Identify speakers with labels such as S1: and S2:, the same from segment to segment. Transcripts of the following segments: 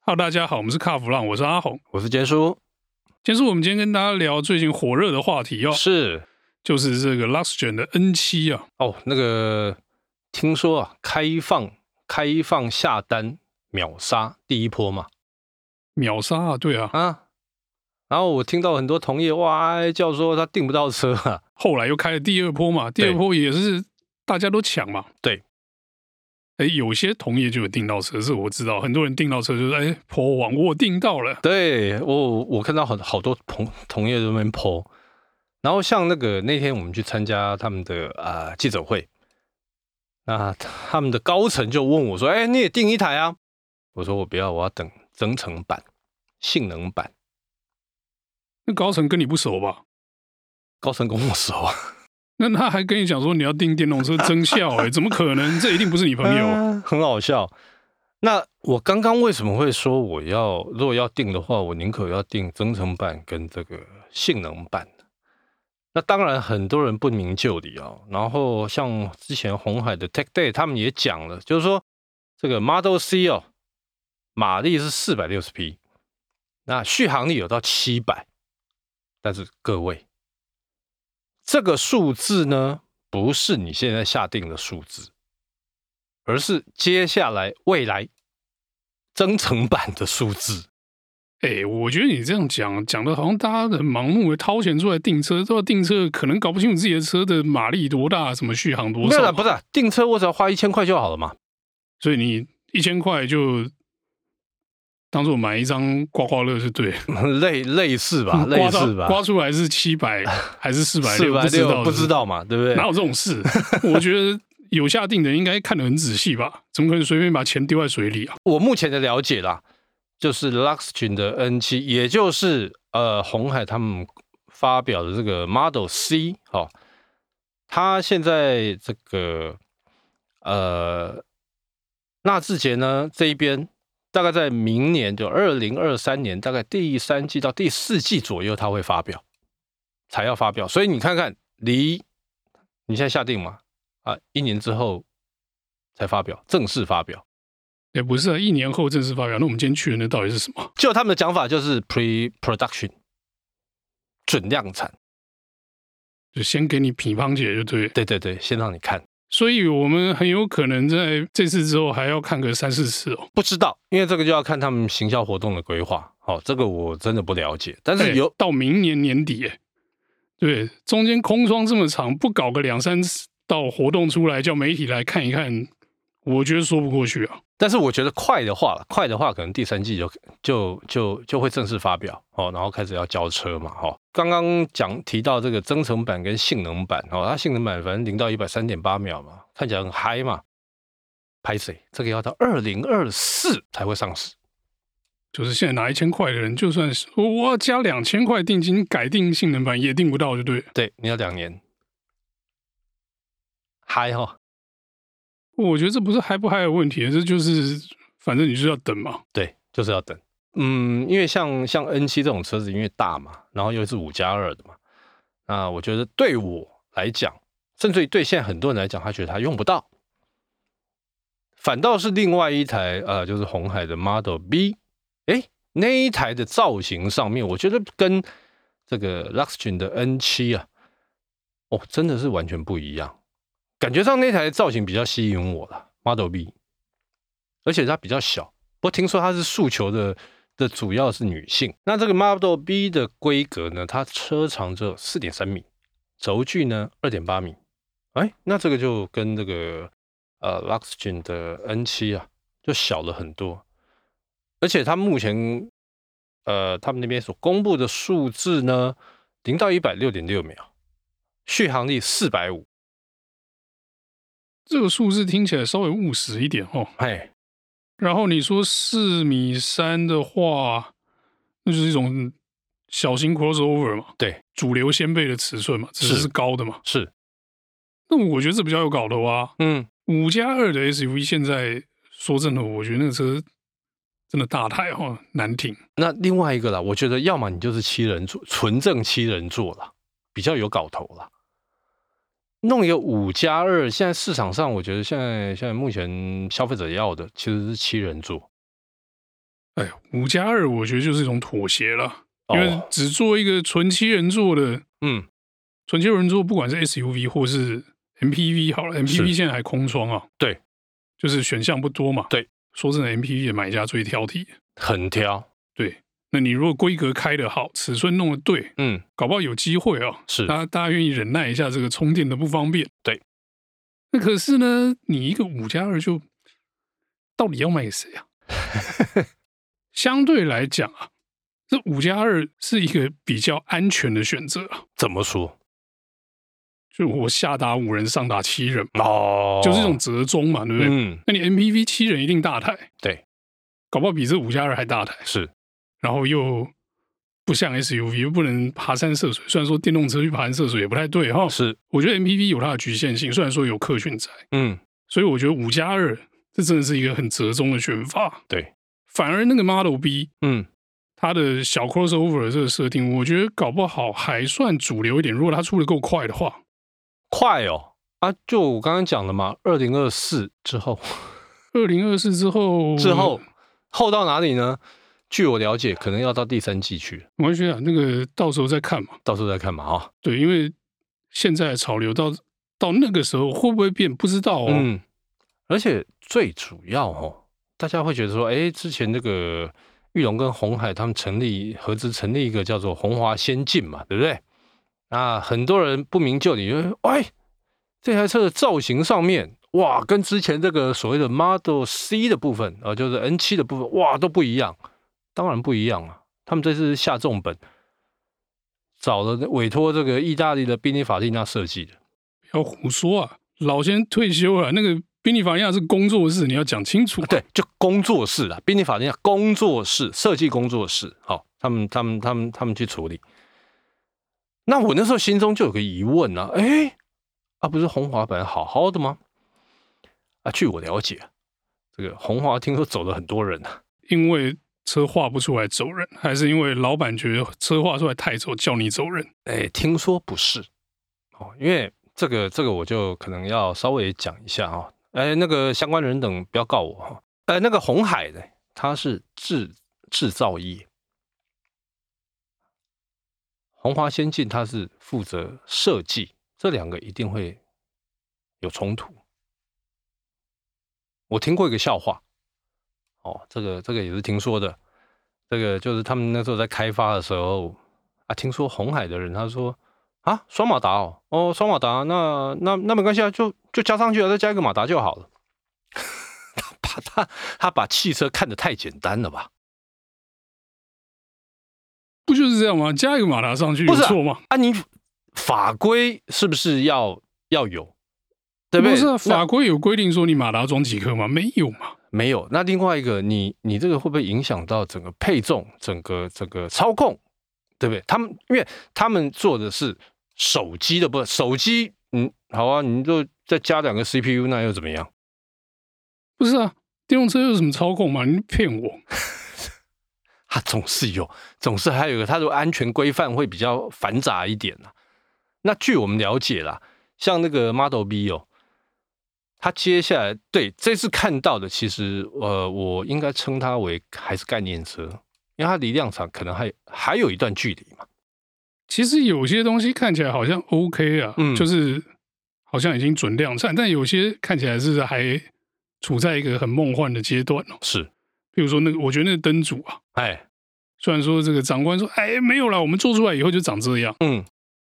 S1: Hello，大家好，我们是卡弗浪，我是阿红。
S2: 我是杰叔，
S1: 今天是我们今天跟大家聊最近火热的话题哦，
S2: 是
S1: 就是这个 Luxgen 的 N 七啊，
S2: 哦，那个听说啊，开放开放下单秒杀第一波嘛
S1: 秒杀啊，对啊，
S2: 啊，然后我听到很多同业哇哀叫说他订不到车啊，
S1: 后来又开了第二波嘛，第二波也是大家都抢嘛，
S2: 对。
S1: 哎，有些同业就有订到车，这我知道，很多人订到车就是哎，破网我订到了，
S2: 对我我看到很好多同同业都在那边 po，然后像那个那天我们去参加他们的啊、呃记者会，那他们的高层就问我说：“哎，你也订一台啊？”我说：“我不要，我要等增程版、性能版。”
S1: 那高层跟你不熟吧？
S2: 高层跟我熟啊，
S1: 那他还跟你讲说你要订电动车，真笑哎、怎么可能？这一定不是你朋友。啊
S2: 很好笑。那我刚刚为什么会说我要如果要定的话，我宁可要定增程版跟这个性能版呢那当然很多人不明就里啊、然后像之前红海的 Tech Day 他们也讲了，就是说这个 Model C 哦，马力是四百六十匹，那续航力有到七百，但是各位，这个数字呢不是你现在下定的数字。而是接下来未来增程版的数字。
S1: 哎、我觉得你这样讲讲的，好像大家很盲目的掏钱出来订车，都要订车，可能搞不清楚自己的车的马力多大，什么续航多
S2: 没有
S1: 少
S2: 啦，。不是啊订车，我只要花一千块就好了嘛。
S1: 所以你一千块就当做买一张刮刮乐是对，
S2: 类类似吧，类
S1: 刮到
S2: 似吧，
S1: 刮出来是七 百还是四百
S2: 四百
S1: 不知道
S2: 六不知，道嘛，对不对？
S1: 哪有这种事？我觉得有下定的应该看得很仔细吧，怎么可能随便把钱丢在水里啊？
S2: 我目前的了解啦，就是 Luxgen 的 N 七，也就是呃红海他们发表的这个 Model C 哦，它现在这个呃纳智捷呢这一边，大概在明年就二零二三年，大概第三季到第四季左右，它会发表，才要发表。所以你看看，离你现在下定嘛啊，一年之后才发表，正式发表。
S1: 也不是啊，一年后正式发表，那我们今天去的那到底是什么？
S2: 就他们的讲法就是 pre production 准量产，
S1: 就先给你乒乓姐就对了。
S2: 对对对，先让你看，
S1: 所以我们很有可能在这次之后还要看个三四次哦。
S2: 不知道，因为这个就要看他们行销活动的规划。好、这个我真的不了解，但是
S1: 哎
S2: 有
S1: 到明年年底，哎，对，中间空窗这么长，不搞个两三次到活动出来，叫媒体来看一看，我觉得说不过去啊。
S2: 但是我觉得快的话，快的话可能第三季就就就就会正式发表哦，然后开始要交车嘛，哈、刚刚讲提到这个增程版跟性能版哦，它性能版反正零到一百三点八秒嘛，看起来很嗨嘛，拍谁？这个要到二零二四才会上市。
S1: 就是现在拿一千块的人，就算是我我要加两千块定金改定性能版也定不到，就对了。
S2: 对，你要两年，嗨哈、
S1: 我觉得这不是嗨不嗨的问题，这就是反正你就是要等嘛。
S2: 对，就是要等。嗯，因为像像 N 七这种车子，因为大嘛，然后又是五加二的嘛，那我觉得对我来讲，甚至于对现在很多人来讲，他觉得他用不到，反倒是另外一台呃，就是红海的 Model B，哎，那一台的造型上面，我觉得跟这个 Luxgen 的 N 七啊，哦，真的是完全不一样，感觉上那台造型比较吸引我了，Model B，而且它比较小。不过听说它是诉求的的主要是女性。那这个 Model B 的规格呢，它车长只有四点三米，轴距呢二点八米。哎，那这个就跟这个呃 Luxgen 的 N 7啊，就小了很多。而且它目前呃他们那边所公布的数字呢，零到一百六点六秒，续航力四百五。
S1: 这个数字听起来稍微务实一点哦。
S2: 哎，
S1: 然后你说四米三的话，那就是一种小型 crossover 嘛，
S2: 对，
S1: 主流先辈的尺寸嘛，只是
S2: 是
S1: 是高的嘛。
S2: 是，
S1: 那我觉得这比较有搞头啊。
S2: 嗯，
S1: 五加二的 SUV 现在说真的，我觉得那个车真的大太哦，难停。
S2: 那另外一个啦，我觉得要么你就是七人座，纯正七人座啦，比较有搞头啦。弄一个五加二，现在市场上我觉得现在现在目前消费者要的其实是七人座，
S1: 哎，五加二我觉得就是一种妥协了，因为
S2: 哦，
S1: 只做一个纯七人座的，
S2: 嗯，
S1: 纯七人座不管是 SUV 或是 MPV 好了
S2: 是
S1: ，MPV 现在还空窗啊，
S2: 对，
S1: 就是选项不多嘛，
S2: 对，
S1: 说真的，MPV 的买家最挑剔，
S2: 很挑，
S1: 对，那你如果规格开的好，尺寸弄得对，
S2: 嗯，
S1: 搞不好有机会啊、
S2: 是
S1: 大家大家愿意忍耐一下这个充电的不方便。
S2: 对，
S1: 那可是呢，你一个五加二就到底要卖给 谁啊？相对来讲啊，这五加二是一个比较安全的选择啊，
S2: 怎么说？
S1: 就我下打五人，上打七人嘛，
S2: 哦，
S1: 嗯就是这种，折中嘛，对不对？
S2: 嗯，
S1: 那你 MPV 七人一定大台，
S2: 对，
S1: 搞不好比这五加二还大台，
S2: 是，
S1: 然后又不像 SUV，又不能爬山涉水。虽然说电动车去爬山涉水也不太对哈，
S2: 是，
S1: 我觉得 MPV 有它的局限性，虽然说有客群在，
S2: 嗯，
S1: 所以我觉得五加二这真的是一个很折中的选法。
S2: 对，
S1: 反而那个 Model B
S2: 嗯，
S1: 它的小 crossover 的这个设定，我觉得搞不好还算主流一点。如果它出的够快的话，
S2: 快哦，啊，就我刚刚讲了嘛，二零二四之后，
S1: 二零二四之后
S2: 之后，后到哪里呢？据我了解，可能要到第三季去了，
S1: 我会觉得啊那个到时候再看嘛。
S2: 到时候再看嘛啊、
S1: 对，因为现在的潮流到到那个时候会不会变，不知道哦。
S2: 嗯，而且最主要哦，大家会觉得说，哎，之前这个玉龙跟红海他们成立合资成立一个叫做红华先进嘛，对不对？那很多人不明就里，就说哎，这台车的造型上面，哇，跟之前这个所谓的 Model C 的部分啊、呃就是 N 7的部分，哇，都不一样。当然不一样啊，他们这次下重本，找了委托这个意大利的宾尼法蒂娜设计的。
S1: 不要胡说啊！老先退休了，那个宾利法尼亚是工作室，你要讲清楚。啊
S2: 对，就工作室啊，宾利法尼亚工作室设计工作室，好、他们他们他们他们去处理。那我那时候心中就有个疑问啊，哎，啊，不是红华本来好好的吗？啊，据我了解，这个红华听说走了很多人啊，
S1: 因为车画不出来走人，还是因为老板觉得车画出来太丑，叫你走人？
S2: 哎，听说不是哦，因为这个这个我就可能要稍微讲一下啊、哎，那个相关人等不要告我哈、哦，哎，那个红海的他是制制造业，红华先进它是负责设计，这两个一定会有冲突。我听过一个笑话，哦，这个这个也是听说的，这个就是他们那时候在开发的时候啊，听说红海的人他说啊，双马达哦，哦，双马达，那那那没关系啊，就就加上去了，再加一个马达就好了。 他把他他把汽车看得太简单了吧？
S1: 不就是这样吗？加一个马达上去
S2: 不
S1: 有
S2: 是啊
S1: 错吗？
S2: 啊，你法规是不是要要有？对
S1: 不
S2: 对？
S1: 是啊、
S2: 那
S1: 法规有规定说你马达装几颗吗？没有嘛。
S2: 没有。那另外一个，你你这个会不会影响到整个配重、整个整个操控，对不对？他们因为他们做的是手机的，不手机，嗯，好啊，你就再加两个 CPU，那又怎么样？
S1: 不是啊，电动车有什么操控吗？你骗我！
S2: 它总是有，总是还有一个它的安全规范会比较繁杂一点啊。那据我们了解啦，像那个 Model B 哦，它接下来对这次看到的，其实呃，我应该称它为还是概念车，因为它离量产可能还还有一段距离嘛。
S1: 其实有些东西看起来好像 OK 啊，
S2: 嗯
S1: 就是好像已经准量产，但有些看起来是还处在一个很梦幻的阶段哦。
S2: 是，
S1: 比如说那个，我觉得那个灯组啊，
S2: 哎，
S1: 虽然说这个长官说，哎，没有啦，我们做出来以后就长这样。
S2: 嗯，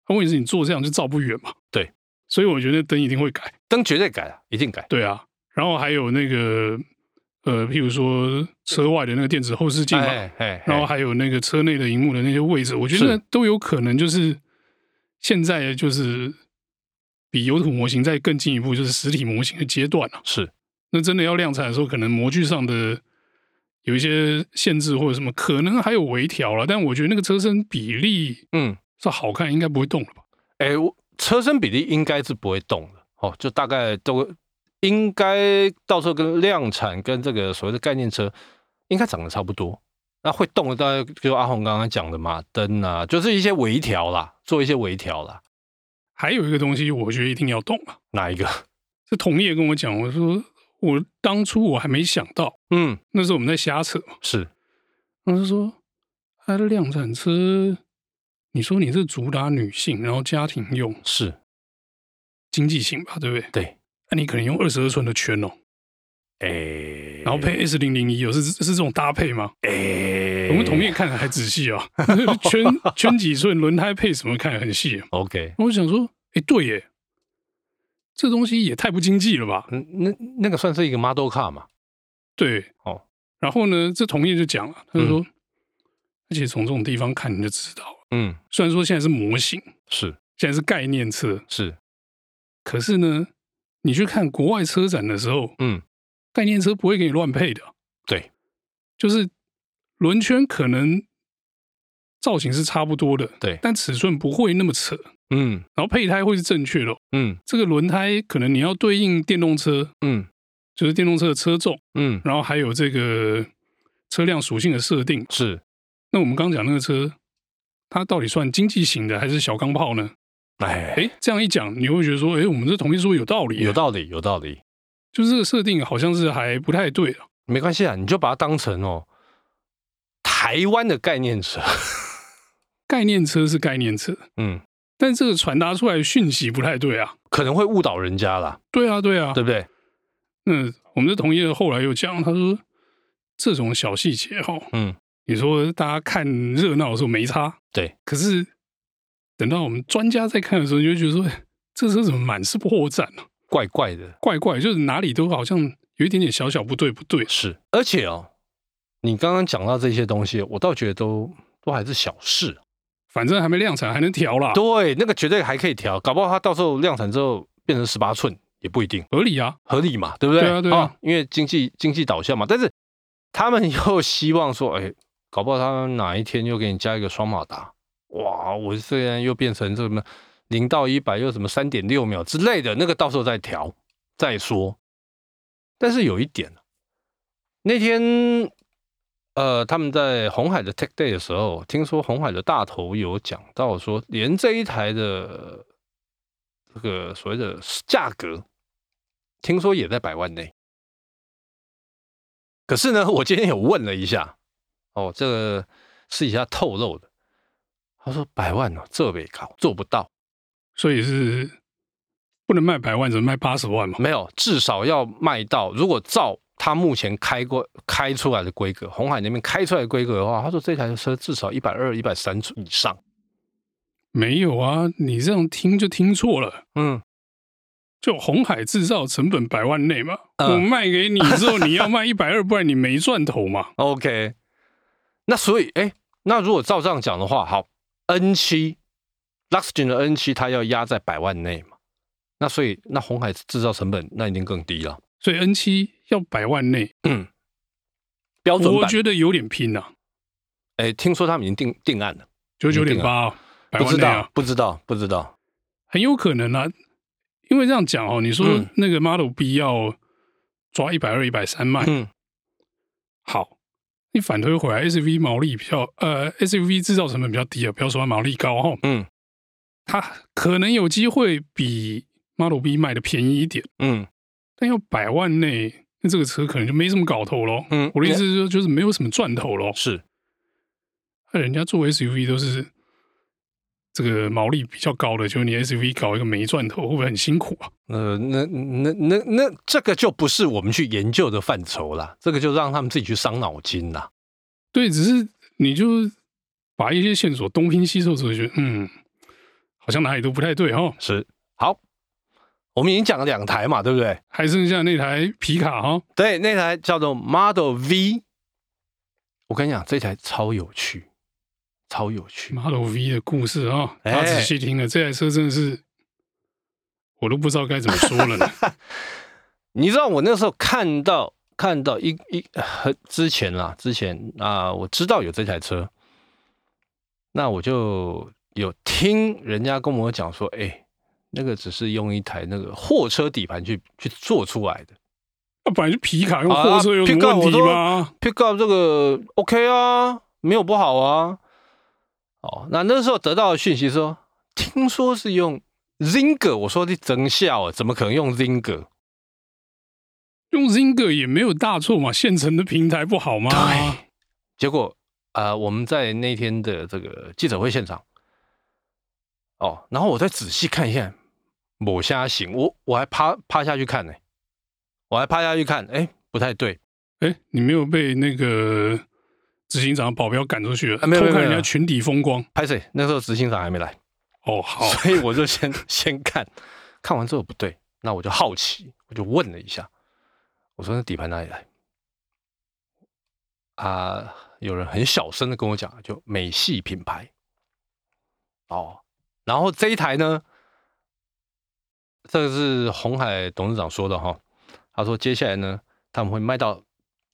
S1: 那问题是你做这样就照不远嘛。
S2: 对，
S1: 所以我觉得灯一定会改。
S2: 灯绝对改了，一定改。
S1: 对啊，然后还有那个呃，譬如说车外的那个电子后视镜嘛，
S2: 哎哎，
S1: 然后
S2: 还
S1: 还有那个车内的荧幕的那些位置，我觉得
S2: 是
S1: 都有可能就是现在就是比油土模型再更进一步，就是实体模型的阶段啊。
S2: 是
S1: 那真的要量产的时候，可能模具上的有一些限制或者什么，可能还有微调了。但我觉得那个车身比例
S2: 嗯。
S1: 是好看，应该不会动了吧？
S2: 哎，我车身比例应该是不会动的哦，就大概都应该到时候跟量产跟这个所谓的概念车应该长得差不多。那会动的，大概就阿红刚刚讲的嘛，灯啊，就是一些微调啦，做一些微调啦。
S1: 还有一个东西，我觉得一定要动啊。
S2: 哪一个？
S1: 是同业跟我讲，我说我当初我还没想到，
S2: 嗯，
S1: 那时候我们在瞎扯嘛，
S2: 是
S1: 然后就说它的量产车，你说你是主打女性，然后家庭用
S2: 是
S1: 经济型吧，对不对？
S2: 对，
S1: 那、你可能用二十二寸的圈哦，
S2: 哎，
S1: 然后配 S 零零一，哦有是是这种搭配吗？
S2: 哎，
S1: 我们同业看的还仔细啊， 圈圈几寸，轮胎配什么看得很细、啊。
S2: OK，
S1: 然后我想说，哎，对耶，这东西也太不经济了吧？
S2: 嗯，那那个算是一个 model car 嘛？
S1: 对，
S2: 哦。
S1: 然后呢，这同业就讲了，他就说，而且从这种地方看你就知道了，
S2: 嗯，
S1: 虽然说现在是模型，
S2: 是
S1: 现在是概念车，
S2: 是，
S1: 可是呢，你去看国外车展的时候，
S2: 嗯，
S1: 概念车不会给你乱配的，
S2: 对，
S1: 就是轮圈可能造型是差不多的，
S2: 对
S1: 但尺寸不会那么扯，
S2: 嗯
S1: 然后配胎会是正确的哦、
S2: 嗯
S1: 这个轮胎可能你要对应电动车，
S2: 嗯
S1: 就是电动车的车重，
S2: 嗯，
S1: 然后还有这个车辆属性的设定。
S2: 是
S1: 那我们刚讲那个车，它到底算经济型的还是小钢炮呢？
S2: 哎，
S1: 哎，这样一讲，你会觉得说，哎，我们这同意说有道理，啊
S2: 有，道理有道理，
S1: 就是这个设定好像是还不太对啊。
S2: 没关系啊，你就把它当成哦台湾的概念车，
S1: 概念车是概念车，
S2: 嗯，
S1: 但这个传达出来的讯息不太对啊。
S2: 可能会误导人家啦，
S1: 对啊，对啊，
S2: 对不对？
S1: 那我们的同业后来又讲，他说这种小细节哈、
S2: 嗯，
S1: 你说大家看热闹的时候没差，
S2: 对，
S1: 可是等到我们专家在看的时候，你就觉得说哎这车怎么满是破绽呢、
S2: 怪怪的，
S1: 怪怪，就是哪里都好像有一点点小小不对不对。
S2: 是，而且哦，你刚刚讲到这些东西，我倒觉得都都还是小事，啊
S1: 反正还没量产，还能调啦，
S2: 对，那个绝对还可以调，搞不好它到时候量产之后变成十八寸也不一定
S1: 合理啊。
S2: 合理嘛，对不对？
S1: 对啊对啊
S2: 因为经济经济导向嘛，但是他们又希望说，哎，搞不好他们哪一天又给你加一个双马达，哇，我虽然又变成什么零到一百又什么三点六秒之类的，那个到时候再调再说。但是有一点，啊那天呃，他们在红海的 Tech Day 的时候，听说红海的大头有讲到说，连这一台的这个所谓的价格，听说也在百万内。可是呢，我 今天有问了一下，哦，这个私底下透露的，他说百万呢、这没搞，做不到，
S1: 所以是不能卖百万，只能卖八十万嘛。
S2: 没有，至少要卖到，如果照他目前开过开出来的规格，红海那边开出来的规格的话，他说这台车至少一百二、一百三以上。
S1: 没有啊，你这样听就听错了。
S2: 嗯，
S1: 就红海制造成本百万内嘛，
S2: 嗯
S1: 我卖给你之后，你要卖一百二，不然你没赚头嘛。
S2: OK，那所以，哎，那如果照这样讲的话，好，N 七 Luxgen 的 N 七，它要压在百万内嘛？那所以，那红海制造成本那一定更低了，
S1: 所以 N 七要百万内，
S2: 标准
S1: 我
S2: 版。
S1: 觉得有点拼啊，
S2: 哎，听说他们已经定定案了，
S1: 九九点八百
S2: 不
S1: 万
S2: 知
S1: 内
S2: 道
S1: 啊，，
S2: 不知道，不知道。
S1: 很有可能啊。因为这样讲哦，你说
S2: 嗯
S1: 那个 Model B 要抓一百二、一百三卖，
S2: 嗯，
S1: 好，你反推回来，SUV 毛利比较呃，SUV 制造成本比较低啊，不要说它毛利高哈，
S2: 嗯
S1: 它可能有机会比 Model B 卖的便宜一点。
S2: 嗯
S1: 但要百万内，那这个车可能就没什么搞头喽。
S2: 嗯，
S1: 我的意思是说，就是没有什么赚头喽。
S2: 是，
S1: 那人家做 SUV 都是这个毛利比较高的，就是你 SUV 搞一个没赚头，会不会很辛苦啊？
S2: 呃，那那那那这个就不是我们去研究的范畴啦，这个就让他们自己去伤脑筋啦。
S1: 对，只是你就把一些线索东拼西凑之后，觉得嗯，好像哪里都不太对哈。
S2: 是，好，我们已经讲了两台嘛，对不对？
S1: 还剩下那台皮卡哈，
S2: 对，那台叫做 Model V。我跟你讲，这台超有趣，超有趣。
S1: Model V 的故事啊，
S2: 哎
S1: 他仔细听了，这台车真的是我都不知道该怎么说 了呢。啊
S2: 你知道我那时候看到看到一一很之前啦，之前啊、我知道有这台车，那我就有听人家跟我讲说，哎，那个只是用一台那个货车底盘去去做出来的。
S1: 那本来就皮卡用
S2: 啊
S1: 货车有什么问题
S2: 皮卡我都
S1: 吗？
S2: Pickup 这个 OK 啊，没有不好啊。哦，那那时候得到的讯息说，听说是用 Zinger，我说你真笑啊，怎么可能用 Zinger？
S1: 用 Zinger 也没有大错嘛，现成的平台不好吗？
S2: 对，结果呃，我们在那天的这个记者会现场，哦，然后我再仔细看一下某虾型，我我还趴趴下去看呢、我还趴下去看，哎、不太对，
S1: 哎，你没有被那个执行长保镖赶出去了，
S2: 啊没有
S1: 偷
S2: 没
S1: 看人
S2: 有没
S1: 家
S2: 有
S1: 群体风光。
S2: 拍谁？那时候执行长还没来，
S1: 哦，好，
S2: 所以我就先先看，看完之后不对，那我就好奇，我就问了一下，我说那底盘哪里来？啊、有人很小声的跟我讲，就美系品牌。哦，然后这一台呢，这个是红海董事长说的哈，他说接下来呢，他们会卖到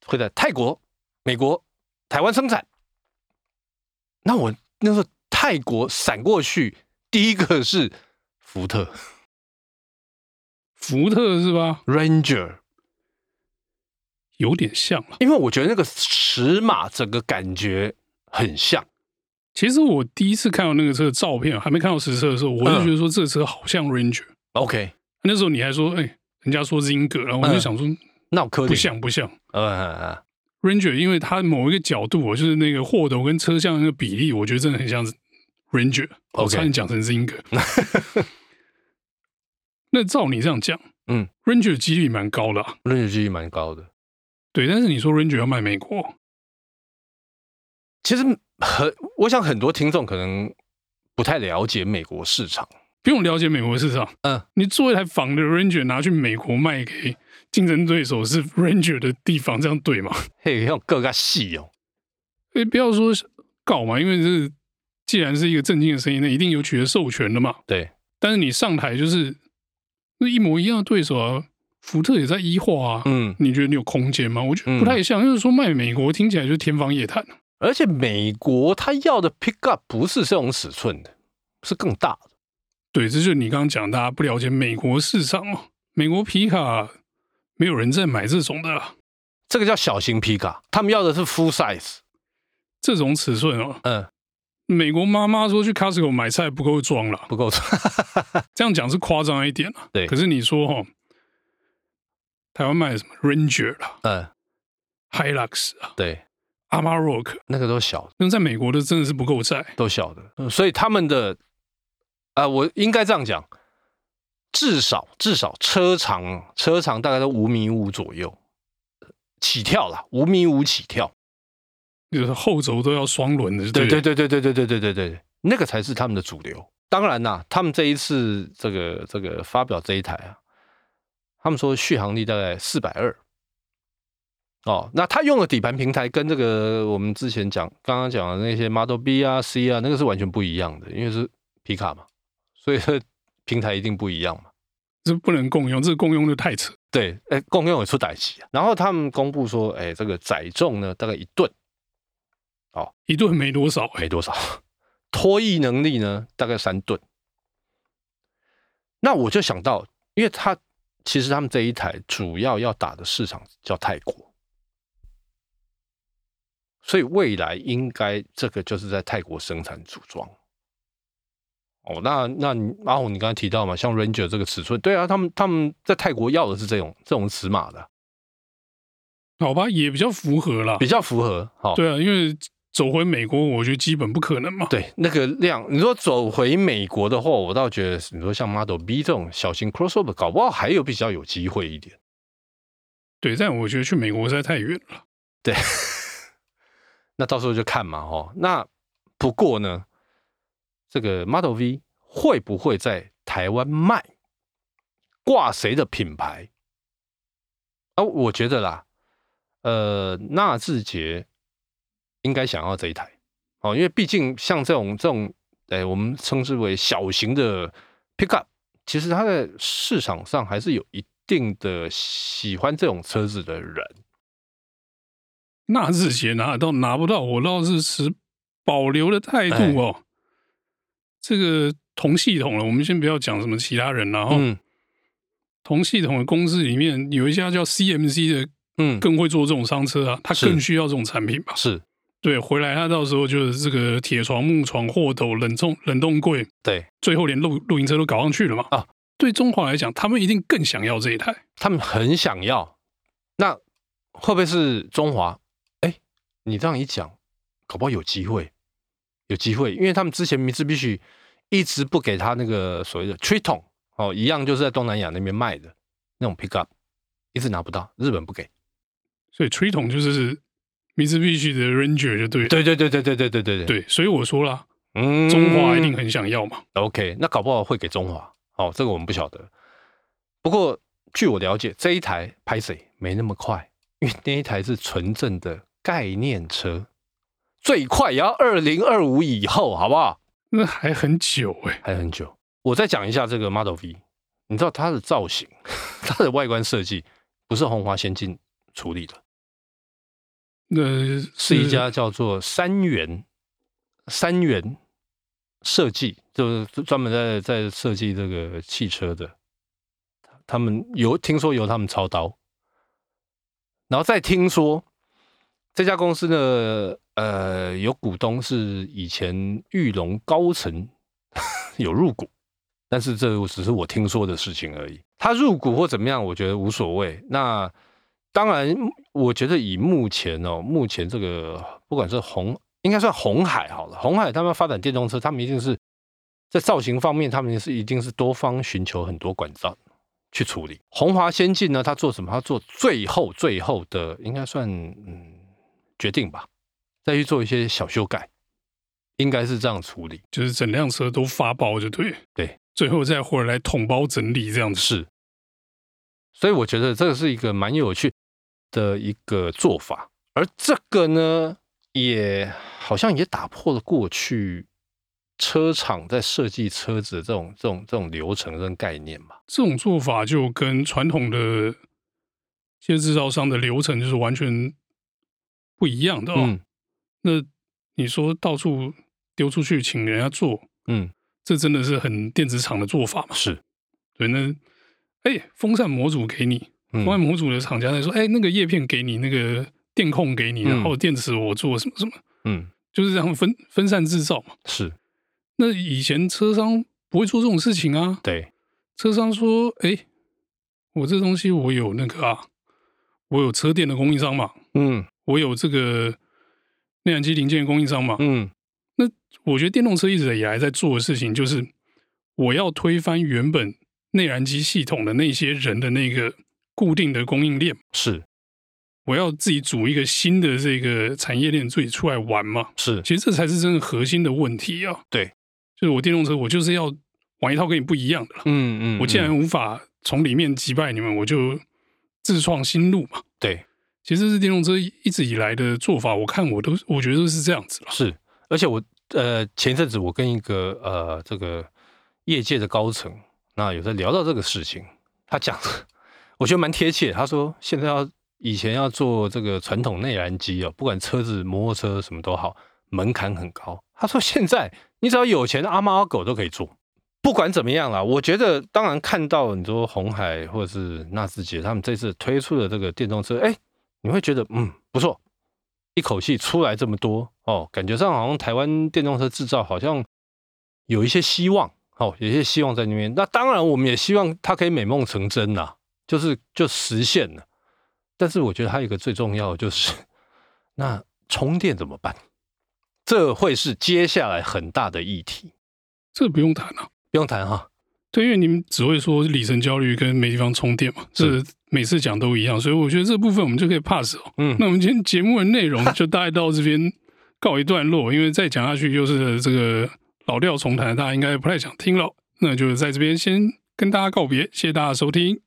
S2: 会在泰国、美国、台湾生产。那我那时候泰国闪过去，第一个是福 特
S1: 福特是吧？
S2: Ranger，
S1: 有点像了。
S2: 因为我觉得那个尺码整个感觉很像，
S1: 其实我第一次看到那个车的照片，还没看到实车的时候，我就
S2: 嗯
S1: 觉得说这个车好像 Ranger。
S2: OK，那
S1: 那时候你还说，哎、人家说 Zinger，然后我
S2: 嗯
S1: 就想说、
S2: 闹科
S1: 不
S2: 技，
S1: 像不像
S2: 嗯嗯嗯
S1: Ranger，因为它某一个角度，我就是那个货斗跟车厢的那个比例，我觉得真的很像 Ranger。我
S2: OK
S1: 差点讲成 Zinger。那照你这样讲，
S2: 嗯
S1: ，Ranger 的几率蛮高的、啊，
S2: ，Ranger 几率蛮高的。
S1: 对。但是你说 Ranger 要卖美国，
S2: 其实很，我想很多听众可能不太了解美国市场，
S1: 不用了解美国市场，
S2: 嗯，
S1: 你做一台仿的 Ranger 拿去美国卖给竞争对手是 Ranger 的地方，这样对吗？
S2: 嘿，要各个细哦，
S1: 所以不要说是搞嘛，因为这既然是一个正经的生意，那一定有取得授权的嘛。
S2: 对，
S1: 但是你上台就是那一模一样的对手啊，福特也在一化啊，
S2: 嗯，
S1: 你觉得你有空间吗？我觉得不太像，就是说卖美国听起来就天方夜谭。啊
S2: 而且美国他要的 pickup 不是这种尺寸的，是更大的，
S1: 对，这就是你刚刚讲，大家不了解美国市场哦，美国皮卡没有人在买这种的啦，
S2: 这个叫小型皮卡，他们要的是 full size，
S1: 这种尺寸哦。
S2: 嗯，
S1: 美国妈妈说去 Costco 买菜不够装啦，
S2: 不够 重，
S1: 这样讲是夸张一点了。
S2: 对
S1: 可是你说哦，台湾卖的什么 Ranger 啦、
S2: 嗯，
S1: Hilux 啊、
S2: 对，
S1: Amarok，啊
S2: 那个都小
S1: 那在美国的真的是不够在。
S2: 都小的，嗯所以他们的啊、我应该这样讲，至少至少车长车长大概都五米五左右起跳啦，五米五起跳。
S1: 就是后轴都要双轮的，
S2: 对
S1: 对
S2: 对对对对对对对对对，那个才是他们的主流。当然啦、他们这一次这个这个发表这一台啊，他们说续航力大概四百二。哦，那他用的底盘平台跟这个我们之前讲刚刚讲的那些 Model B 啊、C 啊，那个是完全不一样的，因为是皮卡嘛，所以说平台一定不一样嘛。
S1: 这不能共用，这共用就太扯。
S2: 对，哎，共用也出歹机啊。然后他们公布说，哎，这个载重呢大概一吨，
S1: 一顿没多少哎、
S2: 没多少， 脱曳能力呢大概三吨。那我就想到，因为他其实他们这一台主要要打的市场叫泰国，所以未来应该这个就是在泰国生产组装。哦，那那你阿红，你刚才提到嘛，像 Ranger 这个尺寸，对啊，他们他们在泰国要的是这种这种尺码的，
S1: 好吧，也比较符合啦
S2: 比。较符合。好、
S1: 对啊，因为走回美国，我觉得基本不可能嘛。
S2: 对，那个量，你说走回美国的话，我倒觉得你说像 Model B 这种小型 crossover，搞不好还有比较有机会一点。
S1: 对，但我觉得去美国实在太远了。
S2: 对，那到时候就看嘛，哦。那不过呢，这个 Model V 会不会在台湾卖，挂谁的品牌？啊，我觉得啦，呃，纳智捷应该想要这一台哦，因为毕竟像这种这种，哎，我们称之为小型的 pickup，其实它在市场上还是有一定的喜欢这种车子的人。
S1: 纳智捷拿得到拿不到，我倒是持保留的态度哦。
S2: 哎
S1: 这个同系统了，我们先不要讲什么其他人啦，然后、
S2: 嗯
S1: 同系统的公司里面有一家叫 CMC 的，
S2: 嗯，
S1: 更会做这种商车啊，它
S2: 是
S1: 更需要这种产品吧？
S2: 是
S1: 对，回来他到时候就是这个铁床、木床、货斗、冷冻冷冻柜，
S2: 对
S1: 最后连露露营车都搞上去了嘛。
S2: 啊，
S1: 对中华来讲，他们一定更想要这一台。
S2: 他们很想要。那会不会是中华？哎，你这样一讲，搞不好有机会，有机会，因为他们之前明治必须一直不给他那个所谓的 Triton 哦，一样就是在东南亚那边卖的那种 pickup，一直拿不到，日本不给。
S1: 所以吹筒就是 Mitsubishi 的 Ranger 就对了
S2: 对对对对对对对对，
S1: 对，所以我说了，
S2: 嗯
S1: 中华一定很想要嘛。
S2: OK，那搞不好会给中华。哦，这个我们不晓得。不过据我了解，这一台拍谁没那么快，因为那一台是纯正的概念车，最快也要二零二五以后，好不好？
S1: 那还很久哎、
S2: 还很久。我再讲一下这个 Model V，你知道它的造型， 它的外观设计不是红华先进处理的，
S1: 那
S2: 是一家叫做三元三元设计，就是专门在在设计这个汽车的。他们由听说由他们操刀，然后再听说这家公司呢，呃，有股东是以前玉龙高层 有入股，但是这只是我听说的事情而已。他入股或怎么样，我觉得无所谓。那当然，我觉得以目前哦，目前这个不管是红，应该算红海好了，红海他们发展电动车，他们一定是在造型方面，他们是一定是多方寻求很多管道去处理。红华先进呢，它做什么？它做最后最后的，应该算嗯决定吧，再去做一些小修改，应该是这样处理。
S1: 就是整辆车都发包就对，
S2: 对，
S1: 最后再回来统包整理这样子。
S2: 是，所以我觉得这个是一个蛮有趣的一个做法，而这个呢，也好像也打破了过去车厂在设计车子的这种这种这种流程跟概念嘛。
S1: 这种做法就跟传统的一些制造商的流程就是完全不一样的哦。
S2: 嗯
S1: 那你说到处丢出去请人家做，
S2: 嗯，
S1: 这真的是很电子厂的做法嘛？
S2: 是，
S1: 对，那哎，风扇模组给你，
S2: 嗯
S1: 风扇模组的厂家在说，哎，那个叶片给你，那个电控给你，
S2: 嗯
S1: 然后电池我做什么什么，
S2: 嗯
S1: 就是这样分分散制造嘛。
S2: 是
S1: 那以前车商不会做这种事情啊，
S2: 对，
S1: 车商说，哎，我这东西我有那个啊，我有车电的供应商嘛，
S2: 嗯
S1: 我有这个内燃机零件的供应商嘛，
S2: 嗯
S1: 我觉得电动车一直以来在做的事情，就是我要推翻原本内燃机系统的那些人的那个固定的供应链，
S2: 是
S1: 我要自己组一个新的这个产业链自己出来玩嘛。
S2: 是
S1: 其实这才是真的核心的问题啊。
S2: 对，
S1: 就是我电动车，我就是要玩一套跟你不一样的啦。
S2: 嗯嗯，
S1: 我既
S2: 嗯
S1: 然无法从里面击败你们，我就自创新路嘛。
S2: 对
S1: 其实是电动车一直以来的做法，我看我都我觉得都是这样子了。
S2: 是，而且我呃前一阵子我跟一个呃这个业界的高层，那有在聊到这个事情，他讲的我觉得蛮贴切。他说现在要以前要做这个传统内燃机哦，不管车子、摩托车什么都好，门槛很高。他说现在你只要有钱，阿猫阿狗都可以做。不管怎么样啦，我觉得当然看到你说红海或者是纳智捷他们这次推出的这个电动车，哎，你会觉得嗯不错，一口气出来这么多哦，感觉上好像台湾电动车制造好像有一些希望哦，有一些希望在那边。那当然，我们也希望它可以美梦成真呐、就是就实现了。但是我觉得还有一个最重要的就是，那充电怎么办？这会是接下来很大的议题，
S1: 这不用谈啊。
S2: 不用谈哈。
S1: 对，因为你们只会说里程焦虑跟没地方充电嘛，
S2: 是
S1: 这每次讲都一样，所以我觉得这部分我们就可以 pass 哦。
S2: 嗯
S1: 那我们今天节目的内容就大概到这边告一段落，因为再讲下去就是这个老调重弹，大家应该不太想听了。那就在这边先跟大家告别，谢谢大家收听。